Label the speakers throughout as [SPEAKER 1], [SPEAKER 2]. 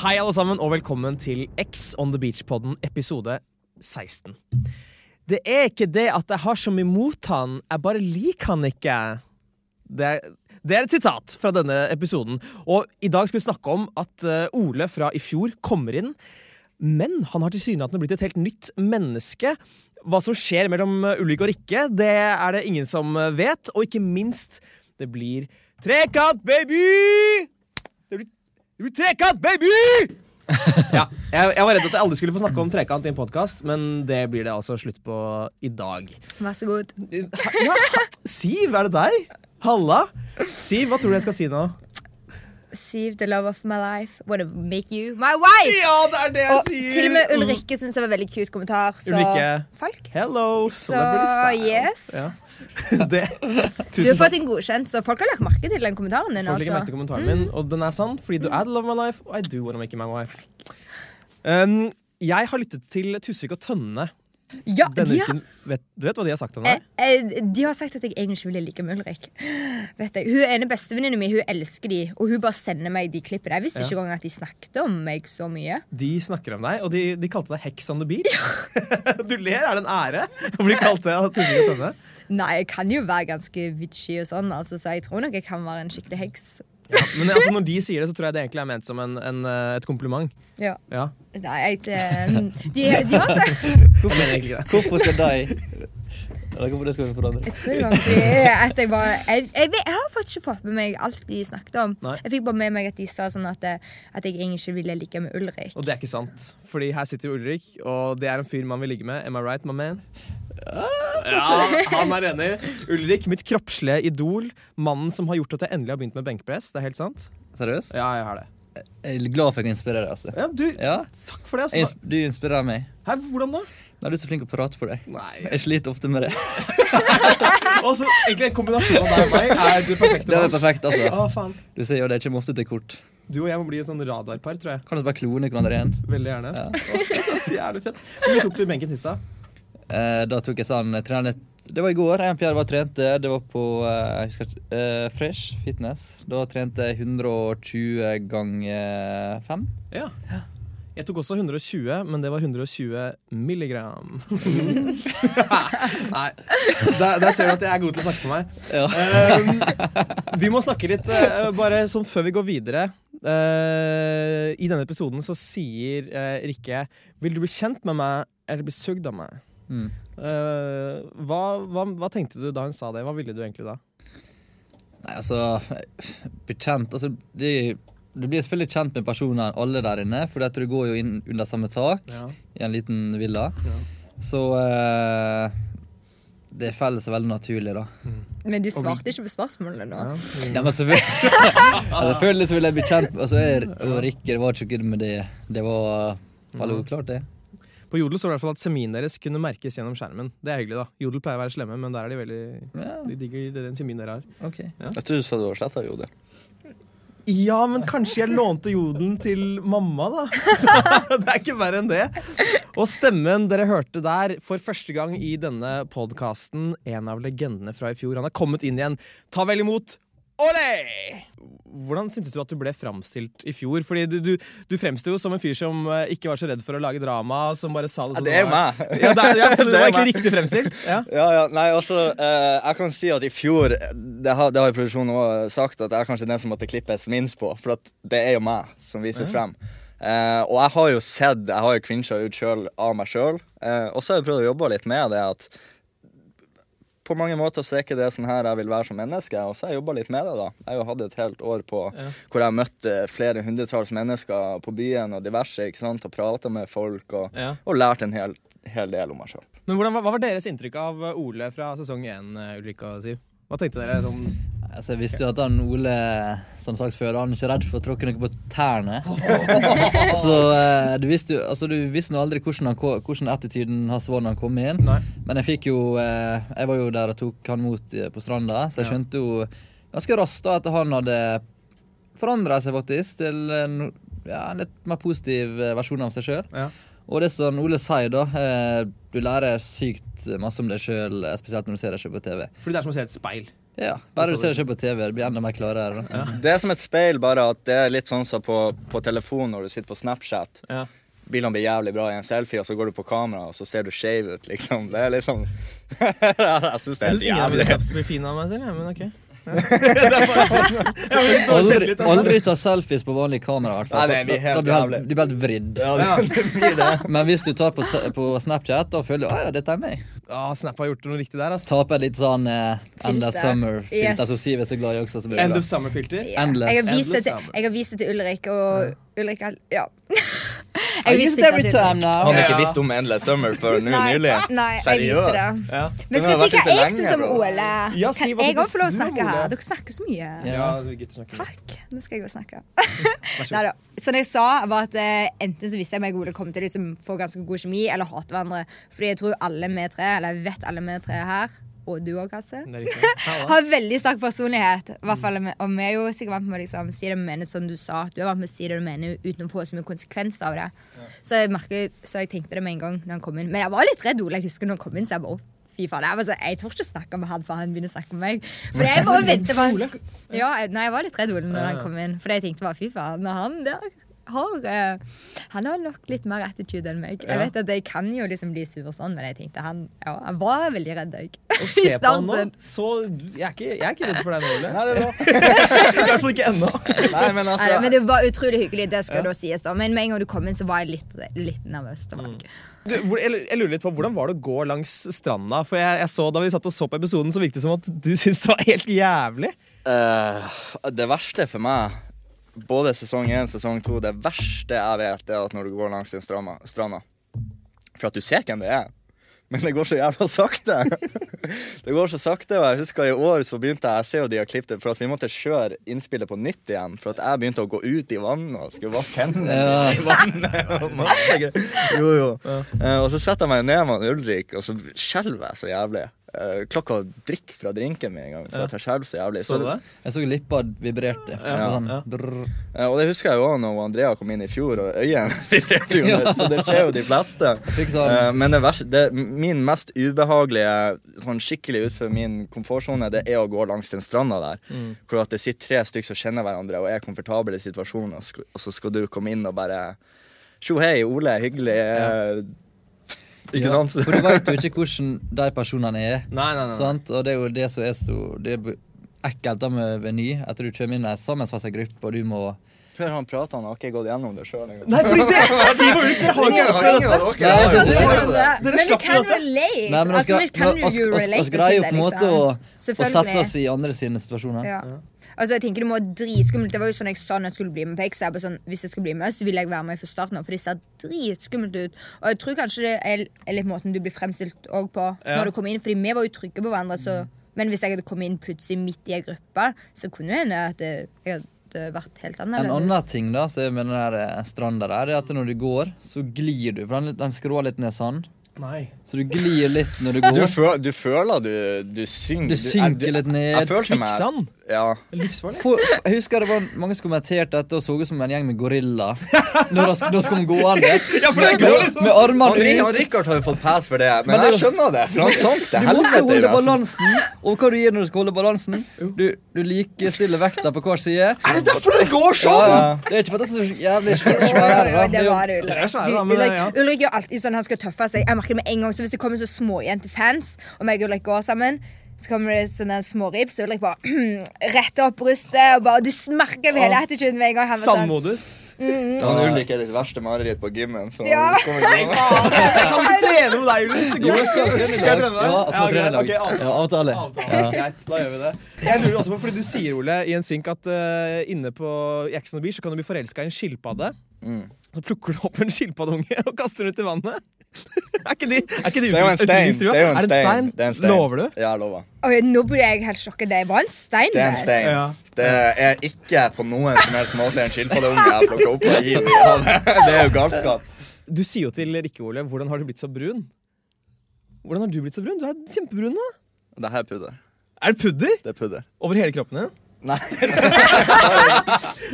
[SPEAKER 1] Hei, alle sammen, og velkommen til X on the Beach-podden, episode 16. Det er ikke det at jeg har så mye mot han, jeg bare liker han ikke. Det er, det er et sitat fra denne episoden, og i dag skal vi snakke om at eh, Ole fra i fjor kommer inn, men han har tilsynelatende blitt et helt nytt menneske. Hva som skjer mellom eh, Ulrik og Rikke, det er det ingen som eh, vet, og ikke minst, det blir trekant, baby! Det blir det blir trekant, baby! ja, jeg, jeg var redd at jeg aldri skulle få snakke om trekant i en podkast, men det blir det altså slutt på i dag.
[SPEAKER 2] Vær så god.
[SPEAKER 1] Ha- Ja, ha- Siv, er det deg? Halla? Siv, hva tror du jeg skal si nå?
[SPEAKER 2] Siv, the love of my life. Wanna make you my wife!
[SPEAKER 1] Ja, det er det
[SPEAKER 2] Og til og med Ulrikke syntes det var en veldig cute kommentar. Så
[SPEAKER 1] Ulrikke.
[SPEAKER 2] Falk,
[SPEAKER 1] Mm. Hello, celebrity style.
[SPEAKER 2] yes.
[SPEAKER 1] Ja. Det.
[SPEAKER 2] du har
[SPEAKER 1] Tusen takk.
[SPEAKER 2] fått en godkjent, så folk har lagt merke til den kommentaren din.
[SPEAKER 1] Folk legger merke til
[SPEAKER 2] Altså.
[SPEAKER 1] kommentaren min, og den er sann, fordi du er the love of my life, og I do wanna make you my wife. Um, jeg har lyttet til Tusvik og Tønne
[SPEAKER 2] Ja,
[SPEAKER 1] denne
[SPEAKER 2] de, har,
[SPEAKER 1] uken. Vet, du vet hva de har sagt om
[SPEAKER 2] eh,
[SPEAKER 1] deg?
[SPEAKER 2] eh, de har sagt at jeg egentlig ikke ville like med Ulrik. Vet jeg. Hun ene bestevenninnen min hun elsker de, og hun bare sender meg de klippene. Jeg visste
[SPEAKER 1] Ja.
[SPEAKER 2] ikke engang at de snakket om meg så mye.
[SPEAKER 1] De snakker om deg, og de, de kalte deg Hex on the beach. du ler, er det en ære å bli kalt det av Tusvik og Tønne?
[SPEAKER 2] Nei, jeg kan jo være ganske bitchy og sånn, altså, så jeg tror nok jeg kan være en skikkelig heks.
[SPEAKER 1] Ja, men altså, når de sier det, så tror jeg det egentlig er ment som en, en, eh, et kompliment.
[SPEAKER 2] Ja.
[SPEAKER 1] Ja,
[SPEAKER 2] Nei, jeg, det- de, de har sagt
[SPEAKER 1] jeg mener egentlig det.
[SPEAKER 3] Hvorfor skal de Eller hvorfor det skal vi på den andre?
[SPEAKER 2] Jeg tror det var fordi at jeg var jeg, jeg, vet- jeg har faktisk ikke fått med meg alt de snakket om.
[SPEAKER 1] Nei.
[SPEAKER 2] Jeg fikk bare med meg at de sa sånn at, eh, at jeg egentlig ikke ville ligge med Ulrik.
[SPEAKER 1] Og det er ikke sant. Fordi her sitter jo Ulrik, og det er en fyr man vil ligge med. Am I right, my man? Ja, han er enig. Ulrik, mitt kroppslige idol. Mannen som har gjort at jeg endelig har begynt med benkpress. Det er helt sant?
[SPEAKER 3] Seriøst?
[SPEAKER 1] Ja, jeg har det.
[SPEAKER 3] Jeg er glad for at jeg inspirerer deg. altså.
[SPEAKER 1] Ja, du,
[SPEAKER 3] Ja.
[SPEAKER 1] Takk for det.
[SPEAKER 3] Jeg
[SPEAKER 1] Altså.
[SPEAKER 3] ins- Du inspirerer meg.
[SPEAKER 1] Hæ, hvordan da?
[SPEAKER 3] Nei, Du er så flink til å prate for deg.
[SPEAKER 1] Nei.
[SPEAKER 3] Jeg sliter ofte med det.
[SPEAKER 1] Altså, egentlig en kombinasjon av deg og meg er det perfekte.
[SPEAKER 3] Det er
[SPEAKER 1] mann.
[SPEAKER 3] perfekt, altså.
[SPEAKER 1] Å, faen.
[SPEAKER 3] Du ser jo det kommer ofte til kort.
[SPEAKER 1] Du og jeg må bli et sånn radarpar, tror jeg.
[SPEAKER 3] Kan du bare klone hverandre igjen?
[SPEAKER 1] Veldig gjerne. Å, shit, ass, jævlig fett. Hvor mye tok du i benken sist, da?
[SPEAKER 3] Eh, da tok jeg sånn eh, trenet Det var i går. Jeg og Pierre var og trente. Det var på eh, jeg husker, ikke- eh, Fresh Fitness. Da trente jeg 120 ganger 5.
[SPEAKER 1] Ja. Jeg tok også 120, men det var 120 milligram. Nei. Der, der ser du at jeg er god til å snakke for meg.
[SPEAKER 3] Ja.
[SPEAKER 1] Um, vi må snakke litt, eh, bare sånn før vi går videre. Eh, I denne episoden så sier eh, Rikke Vil du bli kjent med meg, eller bli sugd av meg?
[SPEAKER 3] Mm.
[SPEAKER 1] Eh, hva, hva, hva tenkte du da hun sa det? Hva ville du egentlig da?
[SPEAKER 3] Nei, altså Bekjent altså, de, Du blir selvfølgelig kjent med personene alle der inne, for at du går jo inn under samme tak i en liten villa. Så eh, det faller seg veldig naturlig, da.
[SPEAKER 2] Men du svarte ikke på spørsmålene nå.
[SPEAKER 3] Ja, men selvfølgelig, ja, selvfølgelig så vil jeg bli kjent altså, jeg, Og Rikke, det var ikke good med det. Det var Hallo, klart det.
[SPEAKER 1] På Jodel står det i hvert fall at seminen deres kunne merkes gjennom skjermen. Det er hyggelig, da. Jodel pleier å være slemme, men der er de veldig
[SPEAKER 3] Ja,
[SPEAKER 1] De digger den seminen dere har.
[SPEAKER 3] ok.
[SPEAKER 4] Jeg trodde du sa det var sletta, jo det.
[SPEAKER 1] Ja, men kanskje jeg lånte jodelen til mamma, da. Så det er ikke verre enn det. Og stemmen dere hørte der for første gang i denne podkasten, en av legendene fra i fjor, han er kommet inn igjen. Ta vel imot Ole! Hvordan syntes du at du ble framstilt i fjor? Fordi du, du, du fremsto jo som en fyr som eh, ikke var så redd for å lage drama, som bare sa det som det var.
[SPEAKER 4] meg.
[SPEAKER 1] Ja, det er, ja, så det var
[SPEAKER 4] Det er
[SPEAKER 1] egentlig riktig fremstilt? Ja.
[SPEAKER 4] Ja, ja, nei, altså, eh, jeg kan si at i fjor Det har, det har jo produksjonen også sagt, at jeg er kanskje den som måtte klippes minst på. For at det er jo meg som vises frem. Eh, og jeg har jo sett Jeg har jo cringa ut sjøl av meg sjøl. og så har jeg prøvd å jobbe litt med det at på mange måter så er ikke det sånn her jeg vil være som menneske. Og så har jeg jobba litt med det, da. Jeg har jo hatt et helt år på hvor jeg har møtt eh, flere hundretalls mennesker på byen og diverse, ikke sant, og prata med folk og,
[SPEAKER 1] Ja.
[SPEAKER 4] og lært en hel, hel del om meg sjøl.
[SPEAKER 1] Men hvordan, hva, hva var deres inntrykk av eh, Ole fra sesong én, eh, Ulrikka og Siv? Hva tenkte dere sånn
[SPEAKER 3] Altså, jeg visste jo at han Ole som sagt før, han er ikke redd for å tråkke noe på tærne. Så eh, du visste jo altså, du visste nå aldri hvordan, han, ko- hvordan attityden hans var når han kom inn.
[SPEAKER 1] Nei.
[SPEAKER 3] Men jeg fikk jo eh, Jeg var jo der og tok han mot eh, på stranda, så jeg
[SPEAKER 1] Ja.
[SPEAKER 3] skjønte jo ganske raskt da at han hadde forandra seg faktisk til en ja, en litt mer positiv eh, versjon av seg sjøl.
[SPEAKER 1] Ja.
[SPEAKER 3] Og det som Ole sier, da eh, Du lærer sykt masse om deg sjøl, spesielt når du ser deg sjøl på TV.
[SPEAKER 1] Fordi det er som å se et speil.
[SPEAKER 3] Ja, Bare du ser deg sjøl på TV, det blir enda mer klarere. da.
[SPEAKER 4] Det er som et speil, bare at det er litt sånn som på, på telefon når du sitter på Snapchat.
[SPEAKER 1] Ja.
[SPEAKER 4] Bilene blir jævlig bra i en selfie, og så går du på kamera, og så ser du skeiv ut, liksom. Det er liksom Jeg syns det er
[SPEAKER 1] Jeg syns
[SPEAKER 4] helt
[SPEAKER 1] ingen av mine
[SPEAKER 4] jævlig.
[SPEAKER 1] snaps blir fine av meg selv, jeg, men OK. Ja. Det er bare- Jeg vil bare se
[SPEAKER 3] Aldri,
[SPEAKER 1] litt, altså.
[SPEAKER 3] aldri ta selfies på vanlig kamera. i hvert fall.
[SPEAKER 4] Nei, det blir helt
[SPEAKER 3] Da- da blir helt-
[SPEAKER 4] jævlig.
[SPEAKER 3] Du blir helt vridd.
[SPEAKER 4] Ja, det, blir det.
[SPEAKER 3] Men hvis du tar på, se- på Snapchat, da føler du at ja, dette er meg.
[SPEAKER 1] Ah, Snap har gjort noe riktig der, ass.
[SPEAKER 3] Ta på et litt sånn eh, Endless
[SPEAKER 2] Filter.
[SPEAKER 3] Summer-filter,
[SPEAKER 2] Yes.
[SPEAKER 3] som Siv er så glad i også. Så blir det
[SPEAKER 1] End
[SPEAKER 3] bra.
[SPEAKER 1] of summer-filter.
[SPEAKER 2] Ja.
[SPEAKER 3] Endless.
[SPEAKER 2] Jeg har vist det
[SPEAKER 1] Endless
[SPEAKER 2] til,
[SPEAKER 1] summer.
[SPEAKER 2] jeg har vist det til Ulrik, og Ulrik har Ja. Jeg
[SPEAKER 3] I
[SPEAKER 2] viste
[SPEAKER 3] use it
[SPEAKER 2] det
[SPEAKER 3] every
[SPEAKER 2] til
[SPEAKER 3] time
[SPEAKER 2] Ulrik.
[SPEAKER 3] now.
[SPEAKER 4] Han har
[SPEAKER 1] Ja.
[SPEAKER 4] ikke visst om Endless Summer før nå
[SPEAKER 2] Nei,
[SPEAKER 4] nylig.
[SPEAKER 2] Nei, jeg viste det.
[SPEAKER 1] Ja.
[SPEAKER 2] Men skal vi
[SPEAKER 4] Den har
[SPEAKER 2] si
[SPEAKER 4] vært
[SPEAKER 2] hva
[SPEAKER 4] ute
[SPEAKER 2] jeg
[SPEAKER 4] lenge,
[SPEAKER 2] syns om
[SPEAKER 4] bro.
[SPEAKER 2] OL?
[SPEAKER 1] Ja,
[SPEAKER 2] Kan
[SPEAKER 1] si hva
[SPEAKER 2] jeg
[SPEAKER 1] som
[SPEAKER 2] òg få lov å
[SPEAKER 1] du om
[SPEAKER 2] snakke
[SPEAKER 1] OL?
[SPEAKER 2] her? Dere snakker så mye.
[SPEAKER 1] Ja, du gutter snakker.
[SPEAKER 2] Takk. Nå skal jeg gå og snakke.
[SPEAKER 1] Vær så god.
[SPEAKER 2] Neida. Som jeg sa, var at eh, enten så visste jeg meg gode kom til de som får ganske god kjemi, eller hater hverandre. Fordi jeg tror alle vi tre, eller jeg vet alle vi tre her, og du òg, Hasse,
[SPEAKER 1] Det er riktig. Ja, da.
[SPEAKER 2] har veldig sterk personlighet. I hvert fall,
[SPEAKER 1] Mm.
[SPEAKER 2] Og vi er jo sikkert vant med å liksom, si det vi mener, som du sa. Du er vant med å si det du mener uten å få så mye konsekvenser av det. Så jeg merker, så jeg tenkte det med en gang når han kom inn. Men jeg var litt redd Ole. Jeg husker når han kom inn, så jeg bare «Å, Fy faen, jeg, var så, jeg tør ikke snakke med han før han begynner å snakke med meg. For jeg bare venter på han sk- ja, jeg, Nei, jeg var litt redd Ole når han kom inn. For jeg tenkte bare fy faen, når han der har eh, Han har nok litt mer attitude enn meg. Jeg vet at jeg kan jo liksom bli sur og sånn, men jeg tenkte han ja, han var veldig redd òg.
[SPEAKER 1] Å se på han nå, så jeg er, ikke, jeg er ikke redd for deg nå, Ole.
[SPEAKER 4] Nei, det er bra.
[SPEAKER 1] I hvert fall ikke ennå.
[SPEAKER 4] Nei, men
[SPEAKER 2] Nei, men
[SPEAKER 4] altså
[SPEAKER 2] det var utrolig hyggelig, det skal da sies. da Men med en gang du kom inn, så var jeg litt, litt nervøs. Det var
[SPEAKER 3] Mm.
[SPEAKER 2] jeg ikke.
[SPEAKER 1] Du, hvor- jeg jeg lurer litt på, Hvordan var det å gå langs stranda? For jeg, jeg så Da vi satt og så på episoden, så virket det som at du syntes det var helt jævlig.
[SPEAKER 4] eh, Det verste for meg, både sesong én og sesong to, det verste jeg vet, det er at når du går langs den stranda, stranda For at du ser hvem det er. Men det går så jævla sakte. det går så sakte, og jeg husker i år så begynte jeg Jeg ser jo de har klippet det, for at vi måtte kjøre innspillet på nytt igjen. For at jeg begynte å gå ut i vannet og skulle vaske hendene.
[SPEAKER 3] Ja.
[SPEAKER 4] i vannet og masse greier. Jo, jo. Eh, og så setter jeg meg ned med han Ulrik, og så skjelver jeg så jævlig. Eh, klokka drikker fra drinken min en gang, for at jeg skjelver så jævlig.
[SPEAKER 1] Så du det?
[SPEAKER 3] Jeg så lippa vibrerte.
[SPEAKER 4] Ja,
[SPEAKER 3] sånn,
[SPEAKER 1] ja.
[SPEAKER 3] drrr.
[SPEAKER 4] Eh, Og det husker jeg jo også når Andrea kom inn i fjor, og øynene vibrerte jo, litt, så det skjer jo de fleste.
[SPEAKER 3] Fikk sånn-
[SPEAKER 4] Eh, Men det vers- det, min mest ubehagelige, sånn skikkelig utenfor min komfortsone, det er å gå langs den stranda der,
[SPEAKER 3] Mm.
[SPEAKER 4] hvor at det sitter tre stykker som kjenner hverandre og er komfortable i situasjonen, og, sk- og så skal du komme inn og bare Tjo hei, Ole, hyggelig. eh, Ikke
[SPEAKER 3] Ja,
[SPEAKER 4] sant?
[SPEAKER 3] For du veit jo ikke hvordan de personene er.
[SPEAKER 1] Nei, nei, nei, nei.
[SPEAKER 3] Sant? Og det er jo det som er så Det er ekkelt da med Veny, at du kommer inn i en sammensveisa gruppe, og du må
[SPEAKER 4] Hør han prate, han har ikke gått gjennom det sjøl engang.
[SPEAKER 1] Nei, fordi det, Siv og Ulf, dere har ikke opplevd dette.
[SPEAKER 3] Nei, jeg synes-
[SPEAKER 1] Dere
[SPEAKER 2] Men vi
[SPEAKER 1] slapp
[SPEAKER 2] kan
[SPEAKER 1] dette.
[SPEAKER 2] relate.
[SPEAKER 3] Nei, men
[SPEAKER 2] altså,
[SPEAKER 3] vi
[SPEAKER 2] vi kan jo relate til
[SPEAKER 3] greier jo
[SPEAKER 2] det,
[SPEAKER 3] på en måte å,
[SPEAKER 2] liksom.
[SPEAKER 3] å sette
[SPEAKER 2] Selvfølgelig.
[SPEAKER 3] oss i andre sine situasjoner.
[SPEAKER 2] Ja. Altså, jeg tenker Det må være dritskummelt. Det var jo sånn jeg sa når jeg skulle bli med på X. Jeg bare sånn, hvis jeg skulle bli med, så ville jeg være med fra starten av, for det ser dritskummelt ut. Og jeg tror kanskje det er er litt måten du blir fremstilt også på
[SPEAKER 1] Ja.
[SPEAKER 2] når du kommer inn, fordi vi var jo trygge på hverandre. Så,
[SPEAKER 3] Mm.
[SPEAKER 2] men hvis jeg hadde kommet inn plutselig midt i ei gruppe, så kunne det hende at eh, jeg hadde vært helt
[SPEAKER 3] En
[SPEAKER 2] annerledes.
[SPEAKER 3] annen ting da, som er med den der eh, stranda der, er at når du går, så glir du. For den, den skrår litt ned sånn.
[SPEAKER 1] Nei.
[SPEAKER 3] Så du glir litt når du går.
[SPEAKER 4] Du, føl, du føler du, du synger
[SPEAKER 3] Du synker
[SPEAKER 4] jeg-
[SPEAKER 3] litt ned.
[SPEAKER 4] Jeg følte meg
[SPEAKER 1] Kvikksand.
[SPEAKER 4] Ja.
[SPEAKER 1] Livsfarlig.
[SPEAKER 3] For, jeg husker det var mange som kommenterte dette og så ut som en gjeng med gorilla. Når de, når de kom gående.
[SPEAKER 1] Ja, for det
[SPEAKER 3] Med,
[SPEAKER 1] går liksom
[SPEAKER 3] med
[SPEAKER 4] Han,
[SPEAKER 3] armene
[SPEAKER 4] Rik- han
[SPEAKER 3] ut.
[SPEAKER 4] Rikard har jo fått pass for det, men,
[SPEAKER 3] Men det-
[SPEAKER 4] jeg skjønner det. For han sank til
[SPEAKER 3] Du måtte
[SPEAKER 4] helvete. i
[SPEAKER 3] holde
[SPEAKER 1] altså.
[SPEAKER 4] resten.
[SPEAKER 3] balansen. Og hva du gjør når du skal holde balansen? Du, du likestiller vekta på hver side.
[SPEAKER 1] Er det derfor det går sånn?!
[SPEAKER 3] Ja, ja. Det er ikke for at det er så jævlig
[SPEAKER 2] Jo, jo,
[SPEAKER 3] svært.
[SPEAKER 2] jo, det var det,
[SPEAKER 1] Det er
[SPEAKER 2] Ulrik.
[SPEAKER 1] svært,
[SPEAKER 2] Du,
[SPEAKER 1] da, men,
[SPEAKER 2] Ulrik,
[SPEAKER 1] ja.
[SPEAKER 2] Ulrik gjør alltid sånn han skal tøffe seg. Jeg merker det med en gang, så Hvis det kommer så småjentefans, og meg og Ulrik går sammen, så kommer det sånne smårips, og Ulrik bare retter opp brystet og bare Du merker det hele attituden med en gang. Han var sånn,
[SPEAKER 1] Sandmodus.
[SPEAKER 4] Han Ulrik er ditt verste mareritt på gymmen. For
[SPEAKER 2] Ja.
[SPEAKER 4] han kommer ikke over.
[SPEAKER 1] Jeg kan ikke trene med deg, Ulrik. Det
[SPEAKER 3] Jo,
[SPEAKER 1] går
[SPEAKER 3] jeg skal trene i
[SPEAKER 1] Skal jeg trene
[SPEAKER 3] lag.
[SPEAKER 1] med deg?
[SPEAKER 4] altså,
[SPEAKER 3] Ja, jeg skal trene i lag.
[SPEAKER 1] greit. Ok, avtale.
[SPEAKER 3] Ja, avtale.
[SPEAKER 1] Avtale. Greit, da gjør vi det. Jeg lurer også på, fordi Du sier Ole, i en synk at eh, inne på i Ex on the Beach så kan du bli forelska i en skilpadde.
[SPEAKER 4] Mm.
[SPEAKER 1] Så plukker du opp en skilpaddeunge og kaster den ut i vannet. er ikke de, er ikke de
[SPEAKER 4] Det er jo en
[SPEAKER 1] utrydningstrua?
[SPEAKER 4] stein. Det er jo en
[SPEAKER 1] det en stein?
[SPEAKER 4] stein. Det er en stein.
[SPEAKER 1] Lover du?
[SPEAKER 4] Ja, jeg lover.
[SPEAKER 2] «Oi, Nå blir jeg helt sjokket. Det var en stein
[SPEAKER 4] Det er en
[SPEAKER 2] der.
[SPEAKER 4] stein.
[SPEAKER 1] Ja.
[SPEAKER 4] Det er ikke på noen som helst måte en skilpaddeunge jeg plukker opp og hiver i havet. Det er jo galskap.
[SPEAKER 1] Du sier jo til Rikke Ole, hvordan har du blitt så brun? Hvordan har du blitt så brun? Du er kjempebrun nå.
[SPEAKER 4] Det her er pudder.
[SPEAKER 1] Er det pudder
[SPEAKER 4] Det er pudder.
[SPEAKER 1] over hele kroppen din?
[SPEAKER 2] altså
[SPEAKER 4] Nei.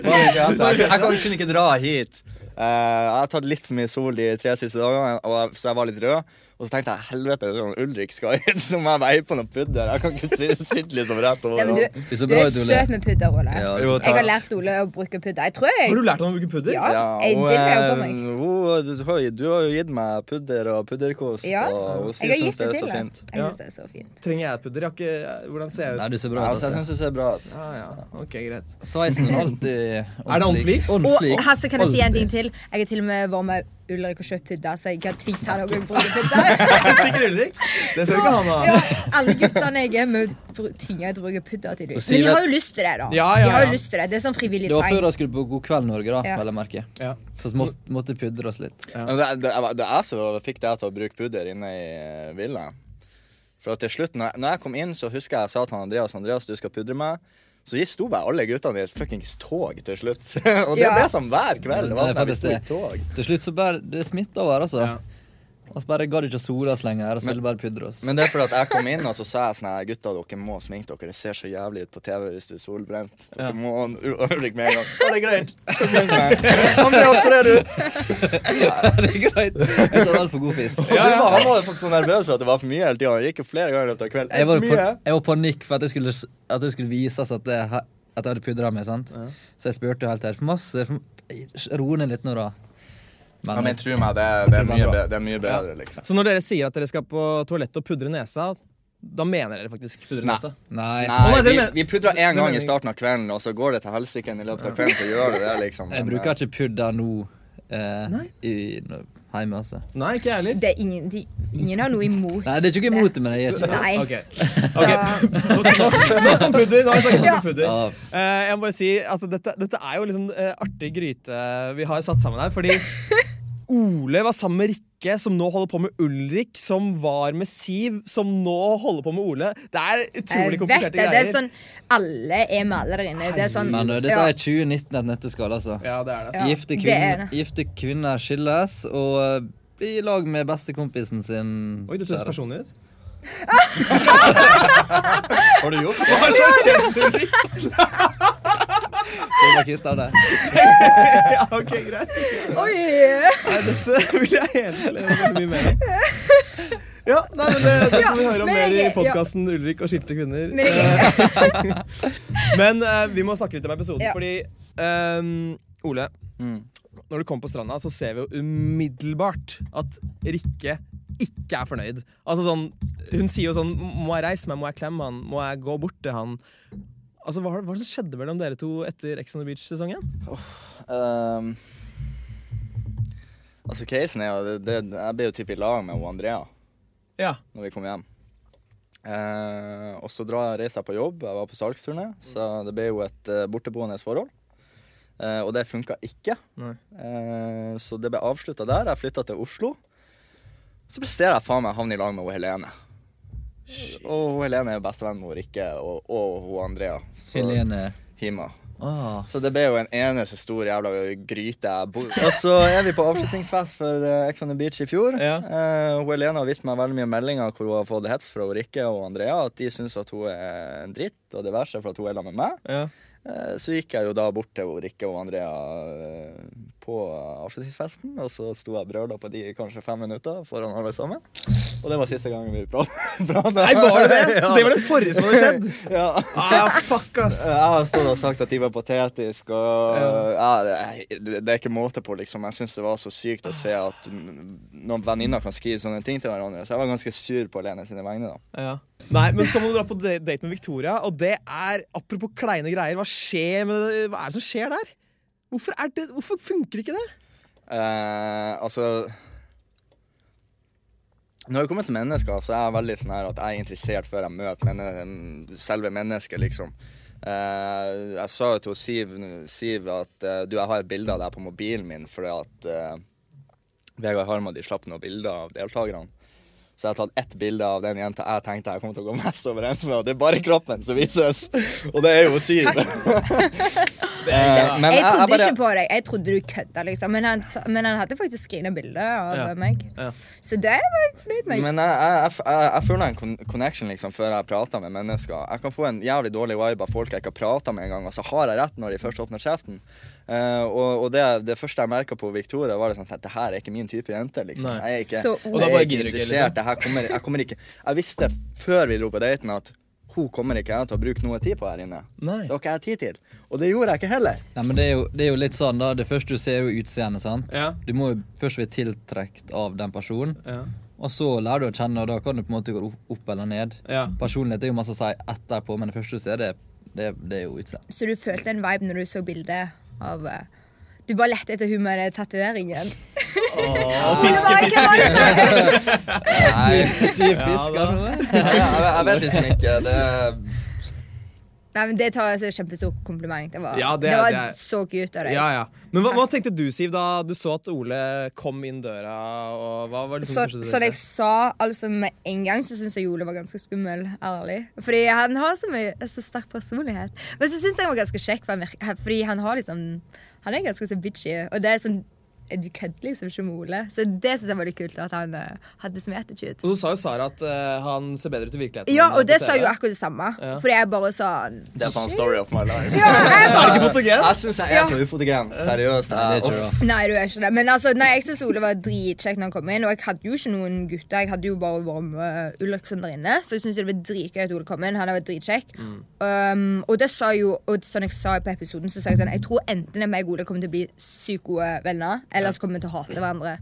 [SPEAKER 4] Jeg kan- jeg kunne ikke dra hit. Eh, jeg har tatt litt for mye sol de tre siste dagene, og jeg, så jeg var litt rød. Og så tenkte jeg helvete, det er sånn Ulrik skal hit, så må jeg veie på noe pudder. Jeg kan ikke si- sitte liksom rett over.
[SPEAKER 2] Ja, men du,
[SPEAKER 4] den.
[SPEAKER 3] Det er så
[SPEAKER 2] du
[SPEAKER 3] bra,
[SPEAKER 2] er
[SPEAKER 3] Ole.
[SPEAKER 2] søt med pudder, Ole.
[SPEAKER 3] Ja,
[SPEAKER 4] Jo,
[SPEAKER 2] Jeg har
[SPEAKER 4] takk.
[SPEAKER 2] lært Ole å bruke pudder. Jeg tror jeg
[SPEAKER 1] Har du lært ham å bruke pudder?
[SPEAKER 2] Ja, jeg,
[SPEAKER 4] og,
[SPEAKER 2] det kan jeg jo på
[SPEAKER 4] eh,
[SPEAKER 2] meg.
[SPEAKER 4] hun- du, har jo- du har jo gitt meg pudder og pudderkost,
[SPEAKER 2] Ja,
[SPEAKER 4] og hun
[SPEAKER 2] Jeg
[SPEAKER 4] sier
[SPEAKER 2] har
[SPEAKER 4] synes
[SPEAKER 2] gitt
[SPEAKER 4] det
[SPEAKER 2] det
[SPEAKER 4] er
[SPEAKER 2] til
[SPEAKER 4] så
[SPEAKER 2] deg.
[SPEAKER 4] fint.
[SPEAKER 2] Jeg synes det er så fint.
[SPEAKER 1] Trenger jeg pudder? Jeg har ikke, hvordan ser jeg ut?
[SPEAKER 3] Nei, du ser bra
[SPEAKER 4] Ja,
[SPEAKER 3] ut.
[SPEAKER 4] så jeg
[SPEAKER 3] Altså.
[SPEAKER 4] synes det ser bra ut.
[SPEAKER 1] Ja, ja, ok, greit.
[SPEAKER 3] Sveisen er alltid
[SPEAKER 1] Er det ordentlig?
[SPEAKER 2] Og Hasse, kan jeg si en ting til? Jeg har til og med vært med Ulrik og kjøpt pudder, så jeg kan tvinge han til å bruke pudder.
[SPEAKER 1] Jeg stikker Ulrik. Det skal ikke han ha.
[SPEAKER 2] Ja, alle guttene jeg er med, bru- tvinger jeg til å bruke pudder, tydeligvis.
[SPEAKER 3] Og
[SPEAKER 2] Men de
[SPEAKER 3] Sivert-
[SPEAKER 2] har jo lyst til det, da.
[SPEAKER 1] Ja, ja,
[SPEAKER 2] De har
[SPEAKER 1] ja.
[SPEAKER 2] jo lyst til Det Det er sånn frivillig
[SPEAKER 3] Det var før
[SPEAKER 2] tvang.
[SPEAKER 3] vi skulle på God kveld Norge, da,
[SPEAKER 2] Ja.
[SPEAKER 3] vel å merke.
[SPEAKER 1] Ja.
[SPEAKER 3] Så vi måtte, måtte pudre oss litt.
[SPEAKER 4] Men det, det, det er jeg som fikk deg til å bruke pudder inne i eh, villaen. For at til slutt, når jeg, når jeg kom inn, så husker jeg jeg sa til han Andreas Andreas, du skal pudre meg. Så jeg sto bare alle guttene i et fuckings tog til slutt. og det
[SPEAKER 2] Ja.
[SPEAKER 4] ble sånn hver kveld. Det var
[SPEAKER 3] Det er
[SPEAKER 4] sånn at vi
[SPEAKER 3] faktisk
[SPEAKER 4] sto i
[SPEAKER 3] det.
[SPEAKER 4] tog.
[SPEAKER 3] Til slutt så bare Det smitta over, altså.
[SPEAKER 1] Ja.
[SPEAKER 3] Og så bare gadd ikke å sole oss lenger. Og så ville vi bare pudre oss.
[SPEAKER 4] Men det er fordi at jeg kom inn og så sa jeg sånn her Gutta, dere må sminke dere. Det ser så jævlig ut på TV hvis du er solbrent. Dere
[SPEAKER 1] Ja.
[SPEAKER 4] må Og Ulrik med en gang. Å, det er greit. Smink meg. Andreas, hvor er du?
[SPEAKER 3] det er greit. Jeg tar altfor god fisk.
[SPEAKER 4] Og du var, han var så nervøs for at det var for mye hele tida. Han gikk jo flere ganger i løpet av kvelden.
[SPEAKER 3] Jeg var,
[SPEAKER 4] For
[SPEAKER 3] i
[SPEAKER 4] mye.
[SPEAKER 3] pan- jeg var i panikk for at det skulle, s- at det skulle vises at jeg, ha- at jeg hadde pudra meg. sant?
[SPEAKER 1] Ja.
[SPEAKER 3] Så jeg spurte jo helt her. For masse for, Ro ned litt nå, da. Men,
[SPEAKER 4] Ja, men tro meg, det,
[SPEAKER 3] er mye be-
[SPEAKER 4] mye
[SPEAKER 3] bedre,
[SPEAKER 4] liksom.
[SPEAKER 1] Så når dere sier at dere skal på toalettet og pudre nesa, da mener dere faktisk pudre
[SPEAKER 4] Nei.
[SPEAKER 1] nesa?
[SPEAKER 3] nei,
[SPEAKER 4] Nei,
[SPEAKER 1] Å, det
[SPEAKER 4] vi,
[SPEAKER 1] men-
[SPEAKER 4] vi pudra
[SPEAKER 1] det
[SPEAKER 4] én gang
[SPEAKER 1] mener
[SPEAKER 4] i
[SPEAKER 1] jeg.
[SPEAKER 4] starten av kvelden, og så går det til helsike i løpet av kvelden, så gjør du det, liksom.
[SPEAKER 3] jeg
[SPEAKER 4] Men,
[SPEAKER 3] bruker
[SPEAKER 4] eh,
[SPEAKER 3] ikke pudder nå eh,
[SPEAKER 1] Nei.
[SPEAKER 3] i, nå- hjemme, altså.
[SPEAKER 1] Nei, ikke jeg heller.
[SPEAKER 2] Det er ingen, de, ingen har noe imot
[SPEAKER 3] Nei, det er ikke noe imot det, men jeg gjør ikke det.
[SPEAKER 2] Nei.
[SPEAKER 1] Ok.
[SPEAKER 2] så
[SPEAKER 1] Nok- Nok om pudder. Nå har vi snakket om pudder.
[SPEAKER 3] Ja.
[SPEAKER 1] Eh, jeg må bare si at dette, dette er jo liksom eh, artig gryte vi har satt sammen her, fordi Ole var sammen med Rikke, som nå holder på med Ulrik, som var med Siv, som nå holder på med Ole. Det er utrolig
[SPEAKER 2] Jeg vet
[SPEAKER 1] kompliserte
[SPEAKER 2] det. Det er
[SPEAKER 1] greier.
[SPEAKER 2] sånn Alle er med alle der inne. Det er sånn
[SPEAKER 3] Men eh, dette
[SPEAKER 2] ja.
[SPEAKER 3] er 2019 et nøtteskall, altså.
[SPEAKER 1] Ja, det er det.
[SPEAKER 2] Ja,
[SPEAKER 3] Gifte,
[SPEAKER 2] det er
[SPEAKER 3] kvinner,
[SPEAKER 2] det.
[SPEAKER 3] gifte kvinner skilles, og eh, blir i lag med bestekompisen sin.
[SPEAKER 1] Oi, det høres
[SPEAKER 3] kjæreste.
[SPEAKER 1] personlig ut.
[SPEAKER 4] Har du gjort
[SPEAKER 1] Hva slags kjent Ulrik?
[SPEAKER 3] Det var kutt av det.
[SPEAKER 1] Ja, ok, greit.
[SPEAKER 2] Oi!
[SPEAKER 1] Nei, dette vil jeg egentlig høre mye mer om. Ja, nei, men det, det får vi høre om
[SPEAKER 2] men
[SPEAKER 1] mer i
[SPEAKER 2] jeg- ja.
[SPEAKER 1] podkasten Ulrik og skilte kvinner.
[SPEAKER 2] Men jeg-
[SPEAKER 1] Men eh, vi må snakke litt om episoden,
[SPEAKER 2] Ja.
[SPEAKER 1] fordi ehm, Ole,
[SPEAKER 4] Mm.
[SPEAKER 1] når du kommer på stranda, så ser vi jo umiddelbart at Rikke ikke er fornøyd. Altså sånn, Hun sier jo sånn Må jeg reise meg? Må jeg klemme han? Må jeg gå bort til han? Altså, Hva hva var det som skjedde mellom dere to etter Ex on the Beach-sesongen?
[SPEAKER 4] Ehm, altså, casen er jo det, det, Jeg ble jo typ i lag med hun Andrea
[SPEAKER 1] Ja.
[SPEAKER 4] når vi kom hjem. Eh, og så dra, reiste jeg på jobb, jeg var på salgsturné, så det ble jo et eh, borteboende forhold. Eh, og det funka ikke.
[SPEAKER 1] Nei.
[SPEAKER 4] Eh, så det ble avslutta der. Jeg flytta til Oslo. Så presterer jeg faen meg å havne i lag med hun Helene. Og hun Helene er bestevennen med hun Rikke og, og hun Andrea. Så,
[SPEAKER 3] Helene
[SPEAKER 4] Hima.
[SPEAKER 3] ah.
[SPEAKER 4] Så det ble jo en eneste stor jævla gryte jeg bor Og så er vi på avslutningsfest for eh, Ex on the Beach i fjor.
[SPEAKER 1] Ja.
[SPEAKER 4] Eh, hun Helena har vist meg veldig mye meldinger hvor hun har fått hets fra hun Rikke og Andrea. At de syns at hun er en dritt og diverse for at hun er sammen med meg.
[SPEAKER 1] Ja.
[SPEAKER 4] Eh, Så gikk jeg jo da bort til hun Rikke og Andrea eh, på avslutningsfesten, og så sto jeg og brøla på de i kanskje fem minutter foran alle sammen. Og det var siste gangen vi prata.
[SPEAKER 1] Nei, var det det? Så det var det forrige som hadde skjedd?
[SPEAKER 4] Ja.
[SPEAKER 1] Ah, fuck, ass.
[SPEAKER 4] Jeg har stått og sagt at de var patetiske, og ja, det, det er ikke måte på, liksom. Jeg syns det var så sykt å se at n- noen venninner kan skrive sånne ting til hverandre. Så jeg var ganske sur på Lene sine vegne, da.
[SPEAKER 1] Ja. Nei, men så må du dra på da- date med Victoria, og det er Apropos kleine greier, hva skjer med Hva er det som skjer der? Hvorfor, er det, hvorfor funker ikke det?
[SPEAKER 4] Eh, altså Når det kommer til mennesker, så er jeg veldig sånn her at jeg er interessert før jeg møter menne, selve mennesket, liksom. Eh, jeg sa jo til Siv, Siv at eh, du, jeg har et bilde av deg på mobilen min fordi at eh, Vegard Harma de slapp noen bilder av deltakerne. Så jeg har tatt ett bilde av den jenta jeg tenkte jeg kom til å gå mest overens med, og det er bare kroppen som vises! Og det er jo Siv. Eh, men
[SPEAKER 2] jeg trodde
[SPEAKER 4] bare-
[SPEAKER 2] ikke på deg. Jeg trodde du kødda, liksom. Men han, sa- men han hadde faktisk skrina bilde av
[SPEAKER 1] Ja.
[SPEAKER 2] meg.
[SPEAKER 1] Ja.
[SPEAKER 2] Så det var jeg fornøyd med.
[SPEAKER 4] Men jeg, jeg, jeg, jeg, jeg føler en kon- connection liksom før jeg prater med mennesker. Jeg kan få en jævlig dårlig vibe av folk jeg ikke har prata med engang, og så har jeg rett når de først åpner kjeften. Eh, og og det, det første jeg merka på Victoria, var det sånn at det her er ikke min type jente. liksom.
[SPEAKER 1] Nei.
[SPEAKER 4] Jeg er ikke,
[SPEAKER 2] Så
[SPEAKER 4] jeg
[SPEAKER 2] Og da
[SPEAKER 4] er
[SPEAKER 2] bare
[SPEAKER 4] ikke
[SPEAKER 5] gidder du ikke, liksom.
[SPEAKER 4] interessert. Det her kommer, jeg kommer ikke Jeg visste før vi dro på daten at hun kommer ikke jeg til å bruke noe tid på her inne.
[SPEAKER 1] Nei.
[SPEAKER 4] Det har ikke jeg tid til. Og det gjorde jeg ikke heller.
[SPEAKER 3] Nei, men det er, jo, det er jo litt sånn da, Det første du ser, er jo utseendet. sant?
[SPEAKER 1] Ja.
[SPEAKER 3] Du må jo først bli tiltrukket av den personen,
[SPEAKER 1] Ja.
[SPEAKER 3] og så lærer du å kjenne, og da kan du på en måte gå opp- opp eller ned.
[SPEAKER 1] Ja.
[SPEAKER 3] Personlighet er jo masse å si etterpå, men det første du ser, det, det, det er jo utseendet.
[SPEAKER 2] Så du følte en vibe når du så bildet av eh, Du bare lette etter hun med tatoveringen.
[SPEAKER 5] Og fiske, fiske, fiske.
[SPEAKER 2] sånn.
[SPEAKER 3] Nei, sier
[SPEAKER 1] Ja,
[SPEAKER 3] fisk
[SPEAKER 1] da.
[SPEAKER 3] eller noe?
[SPEAKER 4] Jeg, jeg, jeg vet liksom ikke. Det
[SPEAKER 2] Nei, men Det tar jeg som et kjempestort kompliment. Det var,
[SPEAKER 1] Ja, det
[SPEAKER 2] det,
[SPEAKER 1] er-
[SPEAKER 2] var
[SPEAKER 1] det er-
[SPEAKER 2] så cute av deg.
[SPEAKER 1] Ja, ja. Men hva, hva tenkte du, Siv, da du så at Ole kom inn døra? Og hva var det
[SPEAKER 2] Så,
[SPEAKER 1] som skjedde?
[SPEAKER 2] som jeg sa altså med en gang, så syns jeg Ole var ganske skummel. ærlig. Fordi han har så, mye, så sterk personlighet. Men så syns jeg han var ganske kjekk, for han virker- fordi han har liksom Han er ganske så bitchy. Og det er sånn Du kødder liksom ikke med Ole. Så det syns jeg var litt kult, at han eh, hadde så mye attitude.
[SPEAKER 1] Og så sa jo Sara at eh, han ser bedre ut i virkeligheten.
[SPEAKER 2] Ja,
[SPEAKER 1] enn
[SPEAKER 2] og
[SPEAKER 1] på
[SPEAKER 2] det
[SPEAKER 1] TV.
[SPEAKER 2] sa jo akkurat det samme.
[SPEAKER 1] Ja.
[SPEAKER 2] Fordi jeg bare sa
[SPEAKER 4] det er faen story of my life.
[SPEAKER 2] ja, jeg
[SPEAKER 1] Er det
[SPEAKER 2] bare,
[SPEAKER 1] ikke fotogen?
[SPEAKER 4] Jeg syns jeg er så ufotogen. Seriøst.
[SPEAKER 3] Nei, det er
[SPEAKER 4] Jeg,
[SPEAKER 3] ikke det.
[SPEAKER 2] Nei, du er ikke det. Men altså, nei, jeg syns Ole var dritkjekk når han kom inn. Og jeg hadde jo ikke noen gutter. Jeg hadde jo bare vært med Ulriksen der inne. Så jeg syns det var dritgøy at Ole kom inn. Han har vært dritkjekk. Um, og det sa jo Og sånn jeg sa på episoden, så sa jeg sånn Jeg tror enten jeg og Ole kommer til å bli sykt gode venner, eller så kommer vi til å hate hverandre.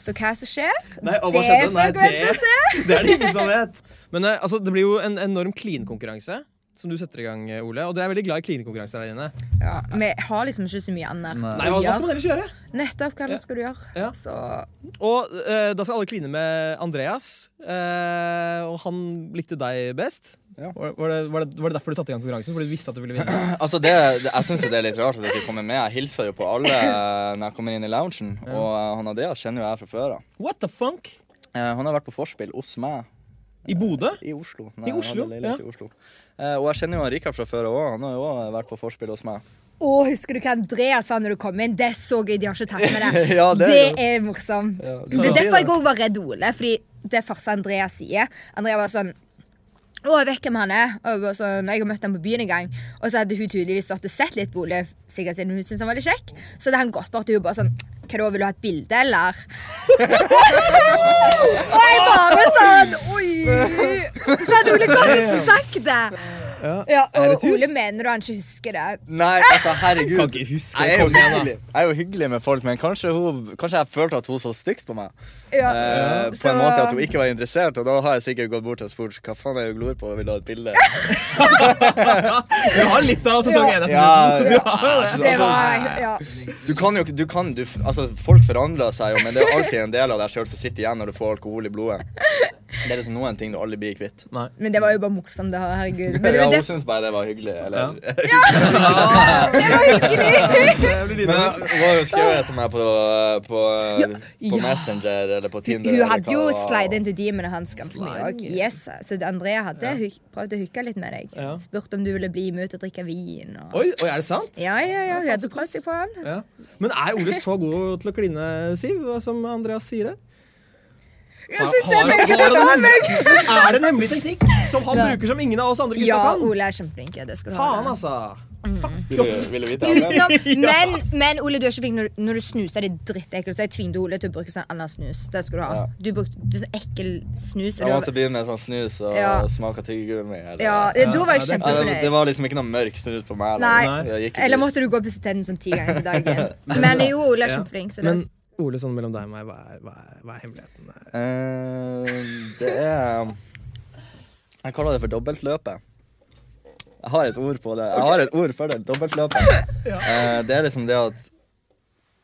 [SPEAKER 2] Så hva som skjer?
[SPEAKER 1] Nei, og hva
[SPEAKER 2] det
[SPEAKER 1] skjedde?
[SPEAKER 2] får
[SPEAKER 1] Nei,
[SPEAKER 2] jeg vente
[SPEAKER 1] det-
[SPEAKER 2] og se.
[SPEAKER 1] Det er det ingen som vet. Men eh, altså, det blir jo en enorm klinkonkurranse som du setter i gang, eh, Ole. Og dere er veldig glad i klinkonkurranser der inne.
[SPEAKER 2] Ja, vi har liksom ikke så mye annet.
[SPEAKER 1] Nei, hva, hva skal man ellers gjøre?
[SPEAKER 2] Nettopp. Hva annet skal du gjøre?
[SPEAKER 1] Ja.
[SPEAKER 2] Så
[SPEAKER 1] Og eh, da skal alle kline med Andreas. eh, og han likte deg best.
[SPEAKER 4] Ja.
[SPEAKER 1] Var, var, det, var, det, var det derfor du satte i gang konkurransen? Fordi du visste at du ville vinne?
[SPEAKER 4] altså det, det, jeg syns jo det er litt rart at dere kommer med. Jeg hilser jo på alle eh, når jeg kommer inn i loungen. Og eh, han Andreas kjenner jo jeg fra før av.
[SPEAKER 1] What the funk?
[SPEAKER 4] Eh, Han har vært på forspill hos meg
[SPEAKER 1] I Bodø?
[SPEAKER 4] i Oslo.
[SPEAKER 1] I
[SPEAKER 4] han
[SPEAKER 1] Oslo,
[SPEAKER 4] hadde leilighet i Oslo. Eh, Og jeg kjenner jo han Rikard fra før av òg. Han har jo også vært på forspill hos meg.
[SPEAKER 2] Å, husker du hva Andreas sa når du kom inn? Det er så gøy, de har ikke tatt med det.
[SPEAKER 4] Ja, det
[SPEAKER 2] det,
[SPEAKER 4] er
[SPEAKER 2] er
[SPEAKER 4] jo-
[SPEAKER 2] morsomt. det
[SPEAKER 4] du kan
[SPEAKER 2] er
[SPEAKER 4] si
[SPEAKER 2] derfor
[SPEAKER 4] det.
[SPEAKER 2] jeg òg var redd Ole, fordi det første Andreas sier Andrea var sånn å, jeg vet hvem han er. Og jeg bare sånn, jeg har møtt ham på byen en gang. Og så hadde hun tydeligvis stått og sett litt på Ole, sikkert siden hun syntes han var litt kjekk. Så hadde han gått bort til hun bare sånn Hva da, vil du ha et bilde, eller? og jeg bare sånn Oi! Så hadde Ole kommet og sagt det. Ja, og Ole mener du han ikke husker det.
[SPEAKER 4] Nei, altså herregud.
[SPEAKER 1] Kan ikke huske
[SPEAKER 4] jeg, er jo
[SPEAKER 1] kom igjen, da.
[SPEAKER 4] hyggelig. jeg er jo hyggelig med folk, men kanskje, hun, kanskje jeg følte at hun så stygt på meg.
[SPEAKER 2] Ja,
[SPEAKER 4] Eh, på en måte at hun ikke var interessert, og da har jeg sikkert gått bort og spurt hva faen er det du glor på og vil ha et bilde.
[SPEAKER 1] Du har litt av sesong
[SPEAKER 2] Ja.
[SPEAKER 1] én.
[SPEAKER 4] Ja, ja, altså,
[SPEAKER 2] det var, ja.
[SPEAKER 4] Du kan jo ikke du kan, du, altså, Folk forandrer seg jo, men det er jo alltid en del av deg sjøl som sitter igjen når du får alkohol i blodet. Det er liksom noen ting du aldri blir kvitt.
[SPEAKER 2] Men det var jo bare morsomt, det her. Herregud. Men det,
[SPEAKER 4] Ja,
[SPEAKER 2] var
[SPEAKER 4] hun
[SPEAKER 2] det,
[SPEAKER 4] syns bare det var hyggelig. Eller,
[SPEAKER 2] det var hyggelig!
[SPEAKER 4] Men hun har jo skrevet etter meg på, på, på
[SPEAKER 2] Ja.
[SPEAKER 4] Messenger eller på Tinder.
[SPEAKER 2] Hun
[SPEAKER 4] eller hva
[SPEAKER 2] hadde jo
[SPEAKER 4] det var.
[SPEAKER 2] slide into demene hans ganske mye òg.
[SPEAKER 1] Slide.
[SPEAKER 2] Yes. Så det- Andrea hadde hy- prøvd å hooke litt med deg.
[SPEAKER 1] Ja.
[SPEAKER 2] Spurt om du ville bli med ut og drikke vin. Og...
[SPEAKER 1] Oi, oi, er det sant?
[SPEAKER 2] Ja, ja, ja.
[SPEAKER 1] faen,
[SPEAKER 2] Hun
[SPEAKER 1] altså.
[SPEAKER 2] hadde
[SPEAKER 1] så
[SPEAKER 2] prøvd
[SPEAKER 1] kos.
[SPEAKER 2] seg på han.
[SPEAKER 1] Ja. Men er Ole så god til å kline, Siv, som Andreas sier her?
[SPEAKER 2] Jeg synes jeg begge
[SPEAKER 1] har
[SPEAKER 2] to
[SPEAKER 1] han
[SPEAKER 2] tar
[SPEAKER 1] en-
[SPEAKER 2] meg!
[SPEAKER 1] Er det en hemmelig teknikk som han bruker som ingen av oss andre gutta
[SPEAKER 2] Ja,
[SPEAKER 1] kan?
[SPEAKER 2] Ole er kjempeflink. ja, Det skal du ha.
[SPEAKER 1] Faen, altså.
[SPEAKER 4] Vil du, vil du vite det?
[SPEAKER 2] Utenom, men, men Ole, du er ikke flink når, når du snuser. Det er drittekkelt. Så jeg tvingte Ole til å bruke sånn annen snus. Det skal du ha.
[SPEAKER 4] Ja.
[SPEAKER 2] Du brukte du er sånn ekkel snus. og
[SPEAKER 4] Jeg
[SPEAKER 2] du-
[SPEAKER 4] måtte begynne med sånn snus og
[SPEAKER 2] Ja.
[SPEAKER 4] smake tyggegummi. eller-
[SPEAKER 2] Ja,
[SPEAKER 4] Ja,
[SPEAKER 2] da var jeg
[SPEAKER 1] Ja, det-
[SPEAKER 4] det,
[SPEAKER 2] kjempefornøyd.
[SPEAKER 4] det var liksom ikke noe mørk snus på meg.
[SPEAKER 2] Nei.
[SPEAKER 4] Jeg gikk ikke
[SPEAKER 2] Eller
[SPEAKER 4] ut.
[SPEAKER 2] måtte du gå og pusse tennene sånn ti ganger til dagen? Men jo, Ole er
[SPEAKER 1] Ja.
[SPEAKER 2] kjempeflink. Så det
[SPEAKER 1] Men Ole, sånn mellom deg og meg, hva er, hva er, hva er hemmeligheten? der?
[SPEAKER 4] Eh, det er Jeg kaller det for dobbeltløpet. Jeg har et ord på det. Jeg har et ord for det. Dobbeltløpet. Eh, det er liksom det at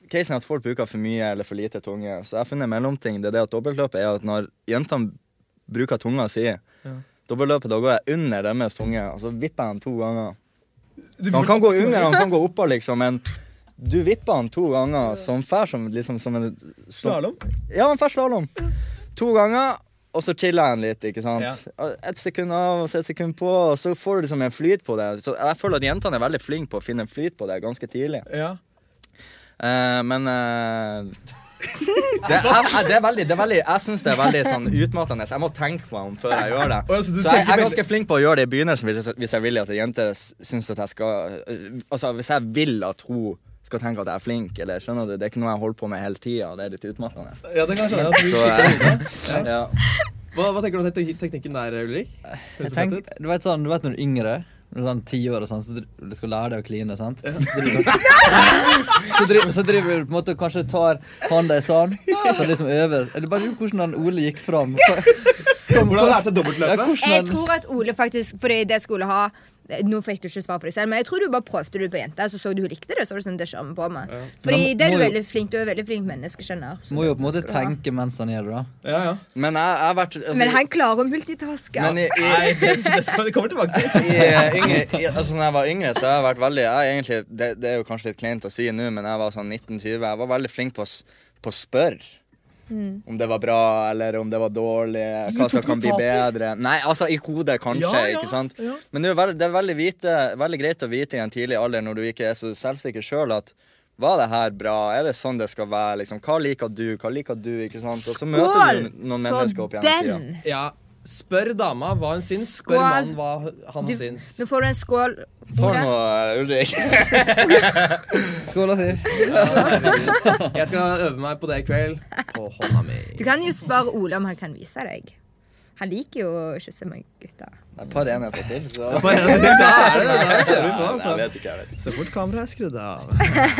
[SPEAKER 4] Casen er at folk bruker for mye eller for lite tunge. Så jeg har funnet en mellomting. Det er det at dobbeltløpet er at når jentene bruker tunga si Dobbeltløpet, da går jeg under deres tunge, og så vipper jeg den to ganger. Så han kan gå under, han kan gå oppå, liksom, men du vipper han to ganger, som fær som liksom som en som-
[SPEAKER 1] Slalom?
[SPEAKER 4] ja, han får slalåm. To ganger, og så chiller han litt. ikke sant? Ett sekund av, og så ett sekund på, og så får du liksom en flyt på det. Så jeg føler at jentene er veldig flinke på å finne en flyt på det ganske tidlig.
[SPEAKER 1] Ja.
[SPEAKER 4] Eh, men eh, det, er, jeg- det, er veldig, det er veldig Jeg syns det er veldig sånn utmattende. Jeg må tenke meg om før jeg gjør det.
[SPEAKER 1] Å, ja, så du
[SPEAKER 4] så jeg, jeg
[SPEAKER 1] tenker
[SPEAKER 4] er
[SPEAKER 1] veldig-
[SPEAKER 4] ganske flink på å gjøre det i begynnelsen hvis jeg, hvis jeg vil at ei jente s- syns at jeg skal Altså hvis jeg vil at hun skal tenke at jeg er flink, eller skjønner du? Det er ikke noe jeg holder på med hele tida, det er litt utmattende.
[SPEAKER 1] Ja, det kan jeg skjønne, at du
[SPEAKER 4] Så,
[SPEAKER 1] skikker
[SPEAKER 4] eh, ja.
[SPEAKER 1] Hva, hva tenker du om tek- teknikken der, Ulrik? Høres
[SPEAKER 3] Jeg
[SPEAKER 1] det fett
[SPEAKER 3] tenk,
[SPEAKER 1] ut?
[SPEAKER 3] du, vet sånn, du vet når du er yngre, når du er sånn ti år og sånn, så dri- du skal lære deg å kline, sant? Så driver, så driver, så driver du på en måte og kanskje tar hånda i sånn, for å liksom øve. Eller bare lurer på hvordan han Ole gikk fram.
[SPEAKER 6] Hvordan har du lært seg dobbeltløpet?
[SPEAKER 3] Ja, hvordan
[SPEAKER 2] Jeg
[SPEAKER 3] han-
[SPEAKER 2] tror at Ole faktisk Fordi det skulle ha Nå fikk du ikke svar for deg selv, men jeg tror du bare prøvde det ut på jenta, så så du hun likte det. Så var det sånn, det kjører vi på med. Fordi
[SPEAKER 3] Men han
[SPEAKER 2] det er du
[SPEAKER 3] må jo-
[SPEAKER 2] veldig flink Du er veldig flink menneskekjenner. så
[SPEAKER 3] Må jo på en måte
[SPEAKER 2] skal du ha.
[SPEAKER 3] tenke mens han gjør det, da.
[SPEAKER 6] Ja, ja.
[SPEAKER 4] Men jeg, jeg har vært altså,
[SPEAKER 2] Men han klarer å multitaske.
[SPEAKER 4] men i, i,
[SPEAKER 1] Nei, det, det, skal, det kommer tilbake til.
[SPEAKER 4] i, yngre, i, altså, når jeg var yngre, så har jeg vært veldig jeg, er egentlig, det, det er jo kanskje litt kleint å si nå, men jeg var sånn 19-20. Jeg var veldig flink på, s- på å spørre.
[SPEAKER 1] Mm.
[SPEAKER 4] Om det var bra, eller om det var dårlig, hva som kan bli bedre. Nei, altså i hodet, kanskje.
[SPEAKER 1] Ja, ja,
[SPEAKER 4] ikke sant? Men det er, veld, det er veldig, vite, veldig greit å vite i en tidlig alder, når du ikke er så selvsikker sjøl, at var det her bra? Er det sånn det skal være? liksom? Hva liker du? Hva liker du? ikke sant? Og så møter du noen mennesker opp gjennom tida.
[SPEAKER 2] den!
[SPEAKER 1] Ja, spør dama hva hun syns, spør
[SPEAKER 2] Skål.
[SPEAKER 1] mannen hva han
[SPEAKER 2] Du,
[SPEAKER 1] syns.
[SPEAKER 2] nå får du en skål.
[SPEAKER 4] For
[SPEAKER 2] Ole.
[SPEAKER 4] noe, eh, Ulrik.
[SPEAKER 3] Skål, da, sier
[SPEAKER 1] Jeg skal øve meg på det i kveld. På hånda mi.
[SPEAKER 2] Du kan jo spørre Ole om han kan vise deg. Han liker jo å kysse med gutter.
[SPEAKER 4] Det er et par enheter til, så
[SPEAKER 1] Da er det, da kjører vi på.
[SPEAKER 4] Nei, jeg
[SPEAKER 1] Altså.
[SPEAKER 4] vet ikke, jeg vet ikke.
[SPEAKER 1] Så fort kameraet er skrudd av.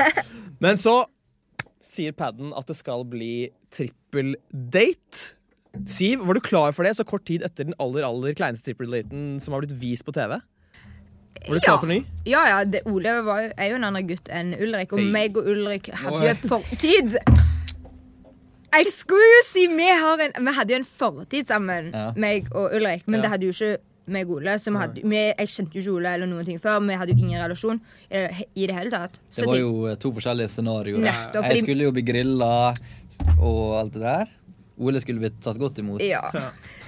[SPEAKER 1] Men så sier padden at det skal bli trippeldate. Siv, var du klar for det så kort tid etter den aller aller kleineste trippeldaten som har blitt vist på TV? Var du klar
[SPEAKER 2] Ja.
[SPEAKER 1] for ny?
[SPEAKER 2] Ja, ja, det, Ole var, jo- er jo en annen gutt enn Ulrik, og
[SPEAKER 1] Hei.
[SPEAKER 2] meg og Ulrik hadde jo
[SPEAKER 3] Oi.
[SPEAKER 2] en fortid. Jeg skulle jo si vi, har en, vi hadde jo en fortid sammen,
[SPEAKER 3] Ja.
[SPEAKER 2] meg og Ulrik, men
[SPEAKER 1] Ja.
[SPEAKER 2] det hadde jo ikke meg og Ole. Så vi hadde, vi, jeg kjente jo ikke Ole eller noen ting før. Vi hadde jo ingen relasjon i det, i det hele tatt. Så
[SPEAKER 3] Det var
[SPEAKER 2] tenkte-
[SPEAKER 3] jo eh, to forskjellige scenarioer.
[SPEAKER 2] Nettopp, fordi-
[SPEAKER 3] Jeg skulle jo bli grilla og alt det der. Ole skulle blitt tatt godt imot.
[SPEAKER 2] ja.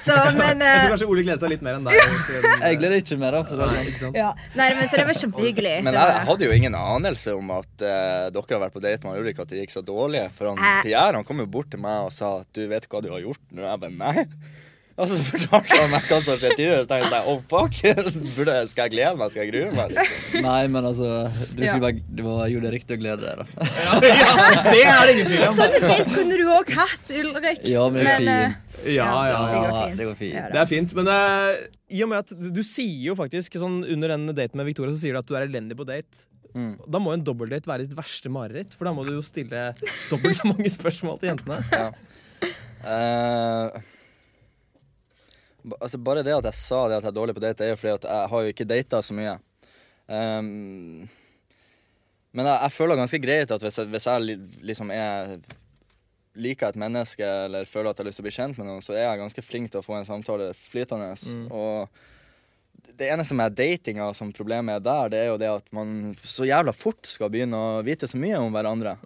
[SPEAKER 2] Så, men
[SPEAKER 1] Jeg tror
[SPEAKER 2] eh,
[SPEAKER 1] kanskje Ole gleder seg litt mer enn deg. til den-
[SPEAKER 3] Jeg gleder ikke mer, da. For å
[SPEAKER 1] Nei,
[SPEAKER 3] si det sånn.
[SPEAKER 1] ikke sant?
[SPEAKER 2] ja. Nei, men, så det var kjempehyggelig.
[SPEAKER 4] Men
[SPEAKER 2] Det var-
[SPEAKER 4] jeg hadde jo ingen anelse om at eh, dere har vært på date med Ulrik, at det gikk så dårlig. For han,
[SPEAKER 2] Æ.
[SPEAKER 4] Pierre han kom jo bort til meg og sa at 'du vet hva du har gjort'. Nå jeg bare nei. Og så fortalte han meg hva som skjedde tidligere, så tenkte jeg 'oh fuck'. Burde, jeg- skal jeg glede meg? Skal jeg grue meg? Liksom.
[SPEAKER 3] Nei, men altså Du,
[SPEAKER 2] Ja.
[SPEAKER 3] skulle bare, du var, gjorde det riktig å glede deg, da.
[SPEAKER 1] Det er det ingen tvil om.
[SPEAKER 2] Sånne date kunne du òg hatt, Ulrik.
[SPEAKER 3] Ja, men det er
[SPEAKER 2] eh,
[SPEAKER 3] fint.
[SPEAKER 1] Ja, ja,
[SPEAKER 2] det
[SPEAKER 1] ja.
[SPEAKER 2] går
[SPEAKER 3] Ja,
[SPEAKER 2] fint.
[SPEAKER 3] det går fint.
[SPEAKER 2] Ja, da.
[SPEAKER 1] Det er fint, men eh, i og med at du, du sier jo faktisk sånn under den daten med Victoria, så sier du at du er elendig på date.
[SPEAKER 4] Mm.
[SPEAKER 1] Da må jo en dobbeltdate være ditt verste mareritt, for da må du jo stille dobbelt så mange spørsmål til jentene.
[SPEAKER 4] Eh, ba- altså bare det at jeg sa det at jeg er dårlig på date, er jo fordi at jeg har jo ikke data så mye. Ehm, men jeg, jeg føler ganske greit at hvis jeg, hvis jeg li- liksom er liker et menneske eller føler at jeg har lyst til å bli kjent med noen, så er jeg ganske flink til å få en samtale flytende. Og det eneste med datinga som problemet er der, det er jo det at man så jævla fort skal begynne å vite så mye om hverandre.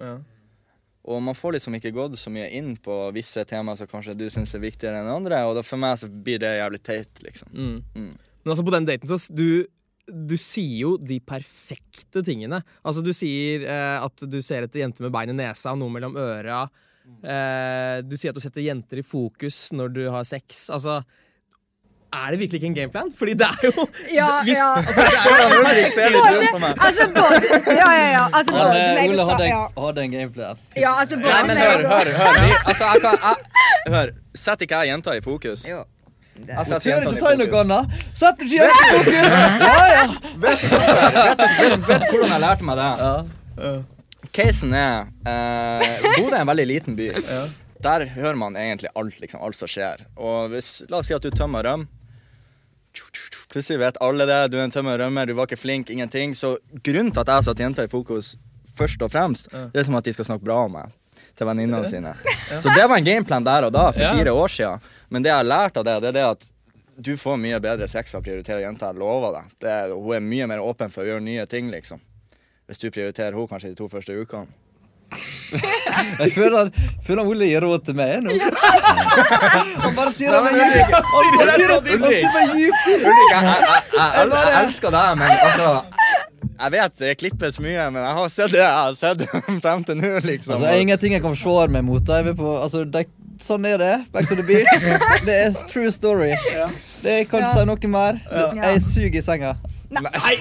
[SPEAKER 4] Og man får liksom ikke gått så mye inn på visse temaer som kanskje du syns er viktigere enn andre. Og da for meg så blir det jævlig teit, liksom.
[SPEAKER 1] Mm.
[SPEAKER 4] Mm.
[SPEAKER 1] Men altså på den daten så s- du, du sier jo de perfekte tingene. Altså du sier eh, at du ser etter jenter med bein i nesa og noe mellom øra. Eh, du sier at du setter jenter i fokus når du har sex. Altså er det virkelig ikke en gameplan? Fordi det er jo
[SPEAKER 2] Ja,
[SPEAKER 1] hvis,
[SPEAKER 2] ja.
[SPEAKER 4] Sånn, Ulrik ser litt rundt på meg.
[SPEAKER 2] Altså, både Ja, ja, ja. Altså,
[SPEAKER 3] Han,
[SPEAKER 2] både
[SPEAKER 3] eh,
[SPEAKER 2] meg og
[SPEAKER 3] Ole
[SPEAKER 2] Sa-
[SPEAKER 3] hadde,
[SPEAKER 2] ja.
[SPEAKER 3] hadde en gameplan.
[SPEAKER 2] ja, altså, både
[SPEAKER 4] Nei, men
[SPEAKER 2] meg
[SPEAKER 4] hør,
[SPEAKER 2] og-
[SPEAKER 4] hør, hør. Vi, altså, jeg kan jeg, Hør. Setter ikke jeg jenta i fokus?
[SPEAKER 2] Jo.
[SPEAKER 4] Jeg setter
[SPEAKER 3] Tør ikke
[SPEAKER 4] jentene
[SPEAKER 3] å si
[SPEAKER 4] i
[SPEAKER 3] noe
[SPEAKER 4] fokus.
[SPEAKER 3] annet! Sett deg ikke i
[SPEAKER 4] Vet du hvordan jeg lærte meg det? Casen er eh, Bodø er en veldig liten by. Der hører man egentlig alt, liksom, alt som skjer. Og hvis, la oss si at du tømmer røm. Plutselig vet alle det. Du er en tømmer rømmer, du var ikke flink, ingenting. Så grunnen til at jeg satte jenta i fokus først og fremst, det er som at de skal snakke bra om meg til venninnene sine. Så det var en gameplan der og da, for
[SPEAKER 1] Ja.
[SPEAKER 4] fire år siden. Men det jeg har lært av det, det er det at du får mye bedre sex av å prioritere jenta. Jeg lover deg. Det, er- hun er mye mer åpen for å gjøre nye ting, liksom. Hvis du prioriterer henne kanskje de to første ukene.
[SPEAKER 3] Jeg føler, føler Ole gir råd til meg nå. Han bare
[SPEAKER 4] Nei,
[SPEAKER 3] styrer
[SPEAKER 4] men
[SPEAKER 3] meg.
[SPEAKER 4] Ulrik,
[SPEAKER 3] Han
[SPEAKER 4] Ulrik,
[SPEAKER 3] styrer-
[SPEAKER 4] Ulrik,
[SPEAKER 3] han styrer meg dypt.
[SPEAKER 4] Ulrik, jeg, jeg, jeg, jeg, el- jeg elsker deg, men altså Jeg vet det klippes mye, men jeg har sett det jeg har sett frem til nå, liksom.
[SPEAKER 3] Altså, det er ingenting jeg kan forsvare meg mot. da. Jeg vil på, altså, det, sånn er det. Back to the beach. Det er true story. Det kan ikke si noe mer. Jeg suger i senga.
[SPEAKER 4] Nei!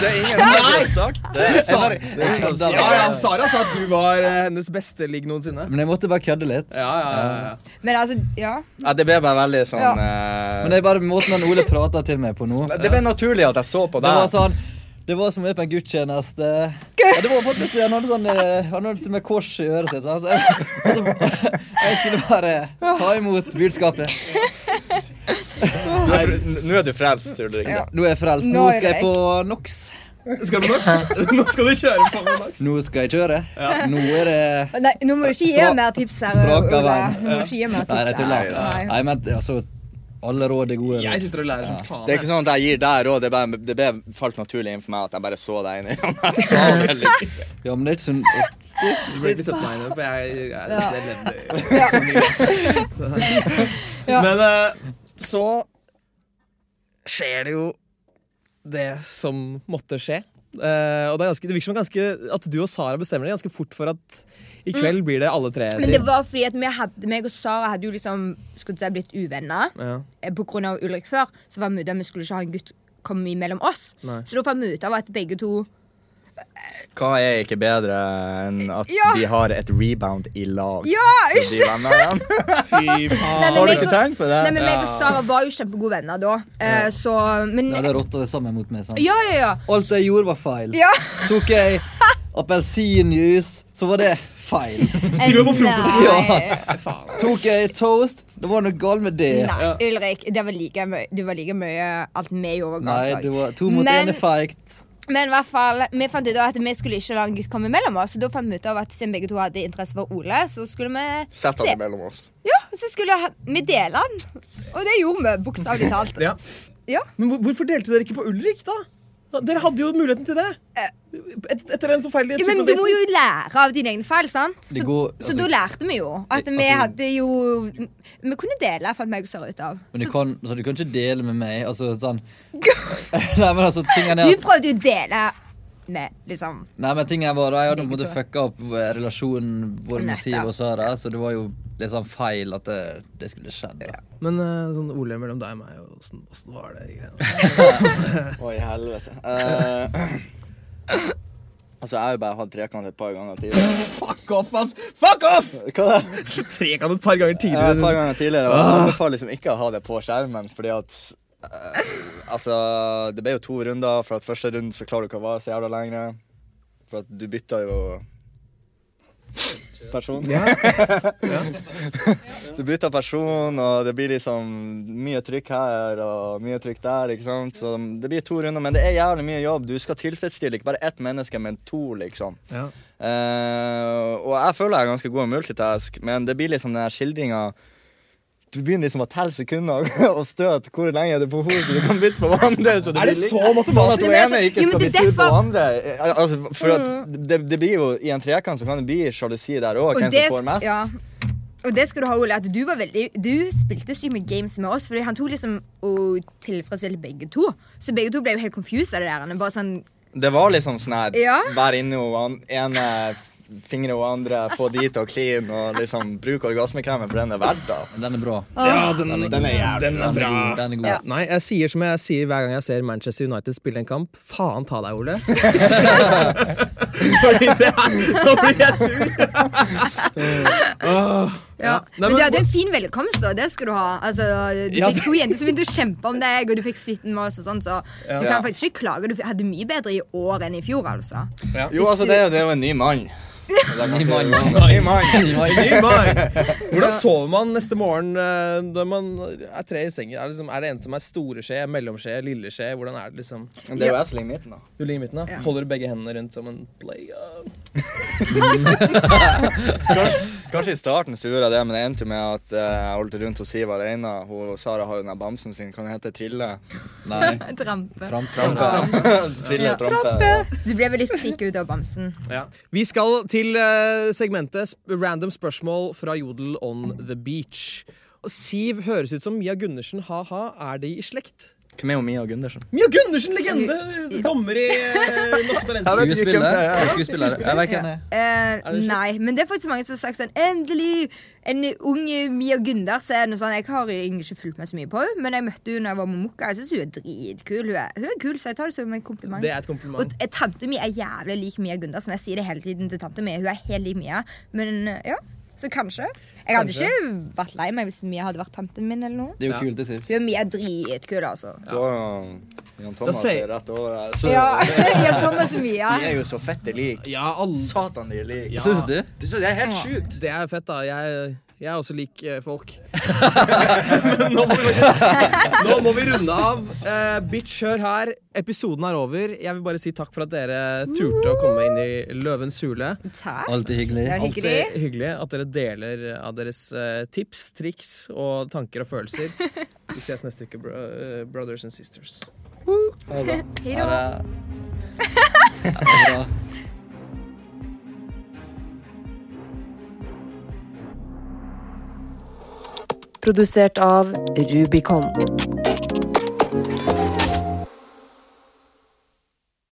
[SPEAKER 4] Det er ingen som har sagt det.
[SPEAKER 1] Du sa
[SPEAKER 3] Jeg bare- jeg kødder
[SPEAKER 1] Ja, ja,
[SPEAKER 3] bare.
[SPEAKER 1] Sara sa at du var eh, hennes beste ligg noensinne.
[SPEAKER 3] Men jeg måtte bare kødde litt.
[SPEAKER 1] Ja, ja, ja, ja.
[SPEAKER 2] Men altså, ja.
[SPEAKER 4] Ja, det ble bare veldig sånn
[SPEAKER 2] Ja.
[SPEAKER 4] eh,
[SPEAKER 3] Men det er bare måten han Ole prater til meg på nå.
[SPEAKER 4] Det ble naturlig at jeg så på
[SPEAKER 3] Det
[SPEAKER 4] deg.
[SPEAKER 3] var sånn Det var som å gjøre på en gudstjeneste. Ja, det var faktisk det. Han hadde sånn eh, Han hadde til og med kors i øret sitt. Sånn. Så, så, jeg skulle bare ta imot budskapet.
[SPEAKER 4] Du er fr- n- Nå er du frelst, Ulrik.
[SPEAKER 2] Ja.
[SPEAKER 3] Nå er jeg frelst. Nå skal jeg på NOx.
[SPEAKER 1] Skal du Nox? Nå skal du kjøre på med Nox.
[SPEAKER 3] Nå skal jeg kjøre. Nå er det
[SPEAKER 2] Nei, nå må du ikke gi
[SPEAKER 3] Stra-
[SPEAKER 2] mer tips her,
[SPEAKER 3] straka
[SPEAKER 2] Ola.
[SPEAKER 3] veien.
[SPEAKER 2] Nå må du ikke gi mer tips
[SPEAKER 3] Nei, jeg tuller.
[SPEAKER 2] her. Nei.
[SPEAKER 3] Nei, men altså Alle råd er gode.
[SPEAKER 1] Jeg
[SPEAKER 3] råd.
[SPEAKER 1] sitter og lærer som faen.
[SPEAKER 4] Det er ikke sånn at jeg gir deg råd, det, er bare, det ble falt naturlig inn for meg at jeg bare så deg inn i øynene. Så det ligger-
[SPEAKER 3] Ja, men det er ikke sånn
[SPEAKER 1] Du burde ikke sett meg nå, for jeg, jeg,
[SPEAKER 2] Ja.
[SPEAKER 1] jeg levde jo.
[SPEAKER 2] Ja. Ja.
[SPEAKER 1] Men eh, så skjer det jo det som måtte skje. Eh, og det, er ganske, det virker som ganske, at du og Sara bestemmer det ganske fort for at i kveld blir det alle tre
[SPEAKER 2] Mm. Men det var fordi at vi hadde, meg og Sara hadde jo liksom skulle jeg si, blitt uvenner
[SPEAKER 1] ja.
[SPEAKER 2] eh, på grunn av Ulrik før. Så var vi ute, vi skulle ikke ha en gutt komme imellom oss.
[SPEAKER 1] Nei.
[SPEAKER 2] Så da fant vi ut av at begge to
[SPEAKER 4] Hva er ikke bedre enn at
[SPEAKER 2] Ja.
[SPEAKER 4] de har et rebound i lag?
[SPEAKER 2] Ja!
[SPEAKER 4] Så de venner igjen?
[SPEAKER 1] Fy
[SPEAKER 2] Nei,
[SPEAKER 1] faen.
[SPEAKER 2] men
[SPEAKER 4] Har
[SPEAKER 2] meg
[SPEAKER 4] dere
[SPEAKER 2] og-
[SPEAKER 4] tenkt på det?
[SPEAKER 2] Nei, men meg og Sara var jo kjempegode venner da. Eh, Så Men
[SPEAKER 3] Ja, da rotta det sammen mot meg. sant?
[SPEAKER 2] Ja, ja, ja.
[SPEAKER 3] Alt jeg gjorde, var feil.
[SPEAKER 2] Ja.
[SPEAKER 3] Tok jeg appelsinjuice, så var det feil.
[SPEAKER 2] Du var på frokosten. Nei,
[SPEAKER 1] faen.
[SPEAKER 3] Tok jeg toast, det var noe galt med det.
[SPEAKER 2] nei Ulrik, det var like mye, du var like mye alt vi gjorde
[SPEAKER 3] Nei,
[SPEAKER 2] galt.
[SPEAKER 3] det var to mot
[SPEAKER 2] Men-
[SPEAKER 3] én er feigt.
[SPEAKER 2] Men i hvert fall, vi fant ut av at vi skulle ikke la en gutt komme mellom oss. Så da fant vi ut av at siden begge to hadde interesse for Ole, så skulle vi
[SPEAKER 4] Sett han imellom oss.
[SPEAKER 2] Ja, så skulle ha- vi dele han. Og det gjorde vi, bokstavelig talt.
[SPEAKER 1] Ja.
[SPEAKER 2] Ja.
[SPEAKER 1] Men hvor- hvorfor delte dere ikke på Ulrik, da? Dere hadde jo muligheten til det. Et, etter en forferdelig
[SPEAKER 2] Men du må jo lære av dine egne feil, sant? Så,
[SPEAKER 3] Det går-
[SPEAKER 2] så
[SPEAKER 3] altså-
[SPEAKER 2] da lærte vi jo at vi
[SPEAKER 3] Altså-
[SPEAKER 2] hadde jo Vi kunne dele, fant meg og Sara ut av.
[SPEAKER 3] Men du
[SPEAKER 2] Så
[SPEAKER 3] kan, så du kan ikke dele med meg. Altså sånn Nei, men altså, tingen er
[SPEAKER 2] du
[SPEAKER 3] at
[SPEAKER 2] prøvde jo å dele med, liksom.
[SPEAKER 3] Nei, men tingen var da, Jeg hadde på en
[SPEAKER 2] Begge
[SPEAKER 3] måte
[SPEAKER 2] to.
[SPEAKER 3] fucka opp eh, relasjonen vår med Siv og Sara, så det var jo litt sånn feil at det, det skulle skjedd. da.
[SPEAKER 1] Men eh, sånn Ole mellom deg og meg, og åssen åssen var det? de greiene?
[SPEAKER 4] Oi, helvete. Eh, altså, jeg har jo bare hatt trekant et par ganger tidligere.
[SPEAKER 1] Fuck off, ass! Fuck off!
[SPEAKER 4] Hva da?
[SPEAKER 1] Trekant et par ganger
[SPEAKER 4] Ja,
[SPEAKER 1] tidligere.
[SPEAKER 4] et par
[SPEAKER 1] Ah.
[SPEAKER 4] ganger tidligere. Og jeg anbefaler liksom ikke å ha det på skjermen, fordi at eh, Altså, det ble jo to runder. For at første runde så klarer du ikke å være så jævla lenge. For at du bytta jo person. du bytter person, og det blir liksom mye trykk her og mye trykk der. ikke sant? Så det blir to runder, men det er jævlig mye jobb. Du skal tilfredsstille ikke bare ett menneske, men to, liksom.
[SPEAKER 1] Ja.
[SPEAKER 4] Eh, og jeg føler jeg er ganske god i multitask, men det blir liksom den der skildringa Du begynner liksom å telle sekunder og støte hvor lenge det er behov for du kan bytte på hverandre. så
[SPEAKER 1] Er det
[SPEAKER 4] blir
[SPEAKER 1] så
[SPEAKER 4] litt- Sånn at
[SPEAKER 1] matematisk?
[SPEAKER 4] hun
[SPEAKER 2] Men altså,
[SPEAKER 4] ene ikke
[SPEAKER 2] jo, men
[SPEAKER 4] skal bli
[SPEAKER 2] det er Mm.
[SPEAKER 4] sur på
[SPEAKER 2] derfor-
[SPEAKER 4] andre. Eh, Altså, for at det, det blir jo, I en trekant så kan det bli sjalusi der òg, hvem som får mest.
[SPEAKER 2] ja. Og det skal du ha, Ole, at du var veldig Du spilte sykt mye games med oss, Fordi han tok liksom og tilfredsstilte begge to. Så begge to ble jo helt confused av det der. Han er Bare sånn
[SPEAKER 4] Det var liksom sånn her
[SPEAKER 2] Ja.
[SPEAKER 4] Vær inne og an- ene fingre og andre, få de til å kline, og liksom bruke orgasmekremen for den er verdt, da.
[SPEAKER 3] Men den er bra.
[SPEAKER 2] Ah.
[SPEAKER 1] Ja, den, den er jævlig
[SPEAKER 3] Den er god. Den er god.
[SPEAKER 2] Ja.
[SPEAKER 1] Nei, jeg sier som jeg sier hver gang jeg ser Manchester United spille en kamp. Faen ta deg, Ole. Fordi det er, nå blir jeg sur. Nei,
[SPEAKER 2] Ja. men,
[SPEAKER 1] men-
[SPEAKER 2] du hadde en fin velkomst, da. Det skal du ha. Altså, du
[SPEAKER 1] Ja,
[SPEAKER 2] fikk to jenter som begynte å kjempe om deg, og du fikk suiten med oss og sånn, så du
[SPEAKER 4] Ja.
[SPEAKER 2] kan faktisk ikke klage. Du hadde mye bedre i år enn i fjor, altså.
[SPEAKER 4] Jo, altså, det, er jo- det er jo en ny mann.
[SPEAKER 3] Ny mann.
[SPEAKER 4] Ny mann.
[SPEAKER 1] Ny mann. Hvordan sover man neste morgen eh, når man er tre i sengen? Er det, liksom, er det en som er store skje, mellomskje, lille skje? Hvordan er det liksom?
[SPEAKER 4] Det er jo jeg som ligger i midten, da.
[SPEAKER 1] Du ligger i midten, da. Holder du begge hendene rundt som en play
[SPEAKER 4] Kanskje, kanskje i starten så gjorde jeg det, men det endte jo med at eh, jeg holdt rundt hos Siv alene. Hun og Sara har jo den der bamsen sin, kan det hete Trille?
[SPEAKER 3] Nei.
[SPEAKER 2] Trampe.
[SPEAKER 3] Fram,
[SPEAKER 4] Trampe. Trille, trampe.
[SPEAKER 2] Du ble veldig flink ut av bamsen.
[SPEAKER 1] Vi skal til eh, segmentet sp Random spørsmål fra Jodel on the beach. Og Siv høres ut som Mia Gundersen, ha-ha. Er de i slekt?
[SPEAKER 4] Hvem er jo Mia Gundersen?
[SPEAKER 1] Mia Gundersen, legende! Dommer i eh, Norske Talenter.
[SPEAKER 4] Jeg vet ikke hvem det
[SPEAKER 3] Skuespiller.
[SPEAKER 4] er.
[SPEAKER 3] Skuespiller. Jeg vet ikke hvem det er.
[SPEAKER 2] Eh,
[SPEAKER 1] det ikke?
[SPEAKER 2] nei, men det er faktisk mange som har sagt sånn Endelig! En ung Mia Gundersen. Og sånn. Jeg har egentlig ikke fulgt meg så mye på henne, men jeg møtte henne da jeg var med Mokka. Jeg syns hun er dritkul. Hun er, hun er kul, så jeg tar det som en kompliment.
[SPEAKER 1] Det er et kompliment.
[SPEAKER 2] Og t- tante mi er jævlig lik Mia Gundersen. Jeg sier det hele tiden til tante mi. Hun er helt lik Mia. Men eh, ja, så kanskje. Jeg hadde
[SPEAKER 1] Kanskje.
[SPEAKER 2] ikke vært lei meg hvis Mia hadde vært tanten min eller noe.
[SPEAKER 3] Det er jo
[SPEAKER 1] Ja.
[SPEAKER 3] kult, det sier.
[SPEAKER 2] Hun er Mia er dritkul, altså.
[SPEAKER 4] Da Jan Thomas
[SPEAKER 1] Da sier-
[SPEAKER 4] er rett over her. Så,
[SPEAKER 2] Ja, ja Thomas og Mia.
[SPEAKER 4] De er jo så fette like.
[SPEAKER 1] Ja, alle
[SPEAKER 4] Satan, de er like.
[SPEAKER 1] Ja.
[SPEAKER 3] Syns du?
[SPEAKER 4] Du, så Det er helt sjukt.
[SPEAKER 1] Det er fett, da. Jeg, jeg er også lik eh, folk. Men nå må, vi, nå må vi runde av. Eh, bitch, hør her. Episoden er over. Jeg vil bare si takk for at dere turte å komme inn i Løvens hule.
[SPEAKER 2] Takk.
[SPEAKER 3] Alltid hyggelig.
[SPEAKER 2] Det er
[SPEAKER 1] Alltid
[SPEAKER 2] hyggelig.
[SPEAKER 1] hyggelig at dere deler av deres eh, tips, triks og tanker og følelser. Vi ses neste uke, bro eh, brothers and sisters.
[SPEAKER 2] Hei
[SPEAKER 3] Ha
[SPEAKER 2] da.
[SPEAKER 3] det. Ja, det er bra.
[SPEAKER 7] Produsert av Rubicon.